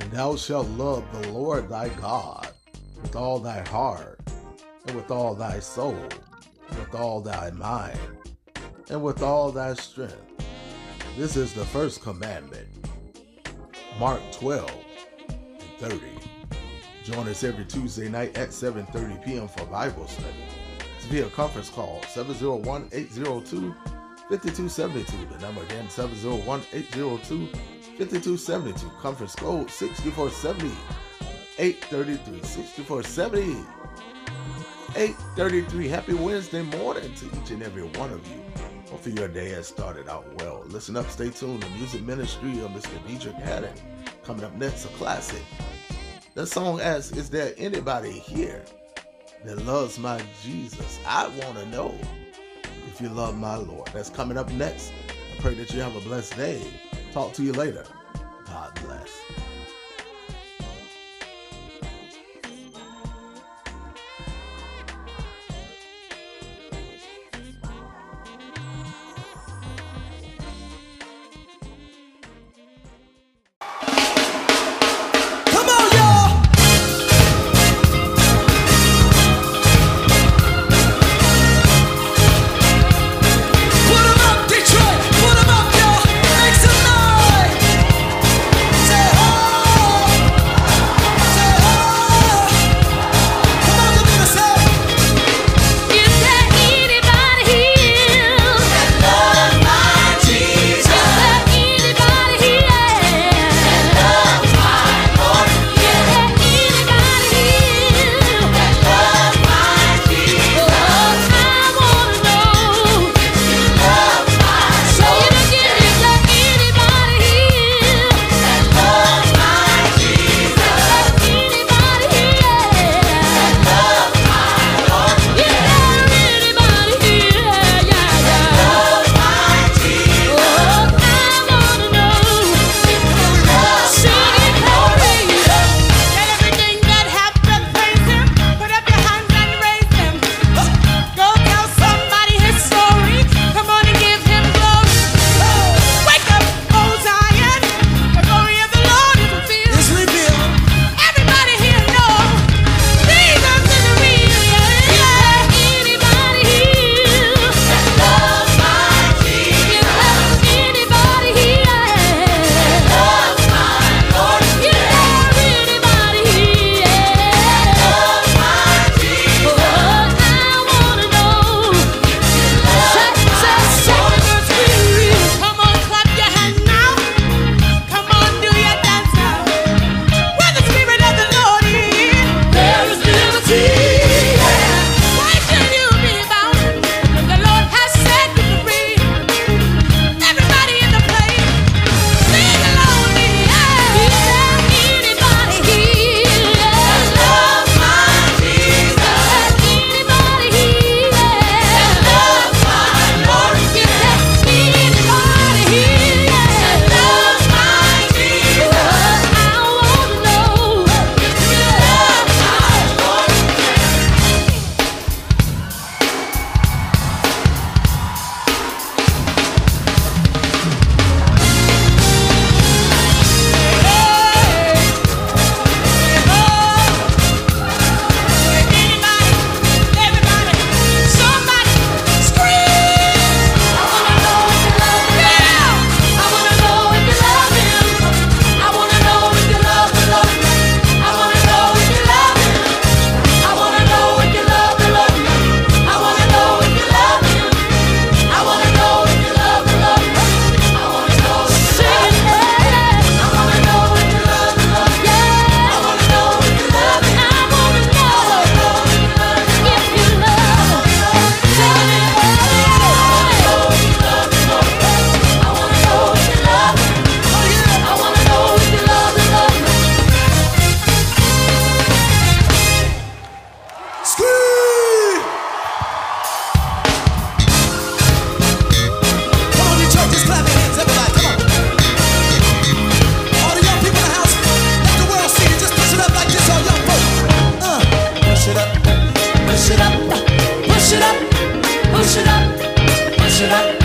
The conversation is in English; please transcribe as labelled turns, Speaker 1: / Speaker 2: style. Speaker 1: And thou shalt love the Lord thy God with all thy heart, and with all thy soul, and with all thy mind, and with all thy strength. This is the first commandment. Mark 12 and 30. Join us every Tuesday night at 7.30 p.m. for Bible study. It's via conference call 701-802-5272. The number again, 701-802-5272. Conference code 6470. 833 6470. 833. Happy Wednesday morning to each and every one of you. Hopefully your day has started out well. Listen up, stay tuned. The music ministry of Mr. Dietrich Haddon. Coming up next, a classic. The song asks, Is there anybody here that loves my Jesus? I want to know if you love my Lord. That's coming up next. I pray that you have a blessed day. Talk to you later. God bless.
Speaker 2: Come on, y'all. Put 'em up, Detroit. Put 'em up, y'all. Make some noise. Say ho. Say ho. Come on, the people say.
Speaker 3: Is there anybody here?
Speaker 2: Love my Jesus.
Speaker 3: Is there anybody here?
Speaker 2: Love my Lord.
Speaker 3: Is there anybody here?
Speaker 2: Love my Jesus.
Speaker 3: Oh, I wanna
Speaker 2: Love
Speaker 3: know.
Speaker 2: my
Speaker 3: Say it again. Is there anybody here?
Speaker 2: Love my Jesus.
Speaker 3: Is there anybody here?
Speaker 2: Love my Lord.
Speaker 3: Is there anybody here? Yeah, yeah.
Speaker 2: Love my Jesus.
Speaker 3: Oh, I wanna know. Sing it, praise it.
Speaker 4: Tell everything that happened, praise him. Put up your hands and raise them. Go tell somebody his story. Come on and give him glory. Wake up, O Zion. The glory of the Lord is revealed.
Speaker 2: It's revealed.
Speaker 4: Everybody here know Jesus is real. Yeah.
Speaker 2: Love
Speaker 3: Anybody here?
Speaker 2: my Jesus.
Speaker 3: Is there anybody here?
Speaker 2: Love my Lord.
Speaker 3: Is there anybody here?
Speaker 2: Love my Jesus.
Speaker 3: Oh, I wanna know. Say, say, say, it's real.
Speaker 4: Come on, clap your hand now. Come on, do your dance now. Where the spirit of the Lord is.
Speaker 3: There is liberty.
Speaker 4: Why should you be bound? The Lord has set you free. Everybody in the place, sing along the
Speaker 3: Is
Speaker 4: air.
Speaker 3: there anybody here?
Speaker 2: Love my Jesus.
Speaker 3: Is there anybody here?
Speaker 2: Love my Lord.
Speaker 3: Is there anybody here?
Speaker 2: Love my
Speaker 3: Oh,
Speaker 2: Jesus.
Speaker 3: I wanna know.
Speaker 2: Love my Lord. Come on, Detroit, just clap your hands, everybody. Come on. All the young people in the house, let the world see you. Just push it up like this, all young folks. Uh, push it up, push it up, push it up, push it up, push it up, uh,